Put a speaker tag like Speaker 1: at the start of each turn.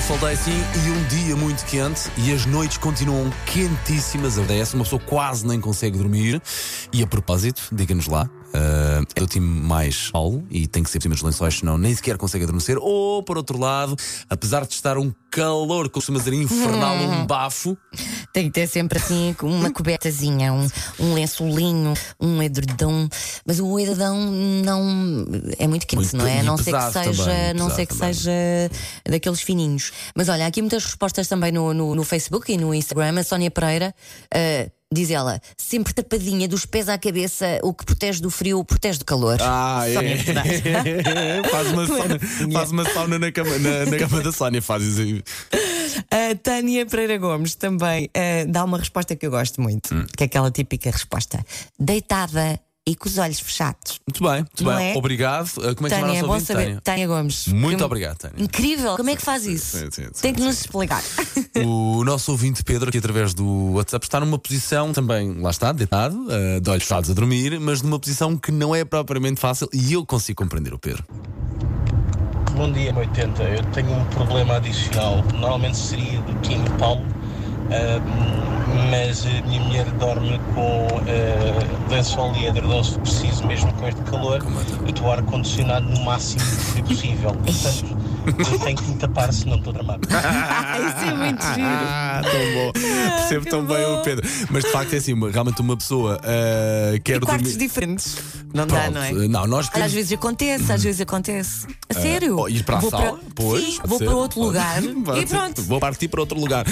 Speaker 1: sol dá assim e um dia muito quente e as noites continuam quentíssimas a 10, uma pessoa quase nem consegue dormir. E a propósito, diga-nos lá, ah, é do time mais alto e tem que ser por cima dos lençóis, senão nem sequer consegue adormecer. Ou, por outro lado, apesar de estar um calor, costuma ser infernal,
Speaker 2: Hum.
Speaker 1: um bafo,
Speaker 2: Tem que ter sempre assim com uma cobertazinha, um, um lençolinho, um edredom. Mas o edredom não é muito quente,
Speaker 1: Muito-
Speaker 2: não é?
Speaker 1: e
Speaker 2: A não ser que
Speaker 1: pesado
Speaker 2: seja,
Speaker 1: também,
Speaker 2: a não
Speaker 1: pesado
Speaker 2: ser que
Speaker 1: também.
Speaker 2: seja daqueles fininhos. Mas olha, há aqui muitas respostas também no, no, no Facebook e no Instagram. A Sónia Pereira ah, diz ela, sempre tapadinha dos pés à cabeça, o que protege do frio, protege do calor.
Speaker 1: Ah, é. faz, uma sauna, faz uma sauna na cama, na, na cama da Sónia, faz isso aí.
Speaker 2: A Tânia Pereira Gomes também eh, dá uma resposta que eu gosto muito,
Speaker 1: Hum.
Speaker 2: que é aquela típica resposta: deitada e com os olhos fechados.
Speaker 1: Muito bem, muito
Speaker 2: Não
Speaker 1: bem.
Speaker 2: é?
Speaker 1: Obrigado. Ah, Como é que chama a
Speaker 2: Tânia, é
Speaker 1: nossa
Speaker 2: bom
Speaker 1: ouvinte?
Speaker 2: saber. Hum. Tânia, Gomes.
Speaker 1: Muito
Speaker 2: Que-
Speaker 1: obrigado, Tânia.
Speaker 2: Incrível, como é que faz isso?
Speaker 1: sim, sim,
Speaker 2: Tem que nos explicar.
Speaker 1: O nosso ouvinte Pedro, que através do WhatsApp está numa posição também, lá está, deitado, ah, de olhos fechados a dormir, mas numa posição que não é propriamente fácil e eu consigo compreender o Pedro.
Speaker 3: Bom dia, 80. Eu tenho um problema adicional. Normalmente seria do time Paulo, ah, mas a minha mulher dorme com ah, lençol e edredom se preciso, mesmo com este calor, e com o ar-condicionado no máximo de frio possível. Portanto, eu tenho que me tapar, senão estou dramático.
Speaker 2: isso é muito giro.
Speaker 1: Ah, tão bom. Percebo
Speaker 2: que
Speaker 1: tão bem
Speaker 2: bom.
Speaker 1: o Pedro. Mas de facto é assim, uma- realmente uma pessoa ah, quer
Speaker 2: Quartos
Speaker 1: dormir.
Speaker 2: diferentes. Não dá,
Speaker 1: Pronto,
Speaker 2: não é?
Speaker 1: Não, nós
Speaker 2: Olha, às
Speaker 1: queremos-
Speaker 2: vezes acontece, às vezes acontece. A Ah, sério?
Speaker 1: Ou ir para a
Speaker 2: vou
Speaker 1: sala, pois.
Speaker 2: Sim,
Speaker 1: pode
Speaker 2: vou
Speaker 1: ser,
Speaker 2: para outro
Speaker 1: pode.
Speaker 2: lugar
Speaker 1: Pode
Speaker 2: e
Speaker 1: ser.
Speaker 2: pronto.
Speaker 1: Vou partir para outro lugar.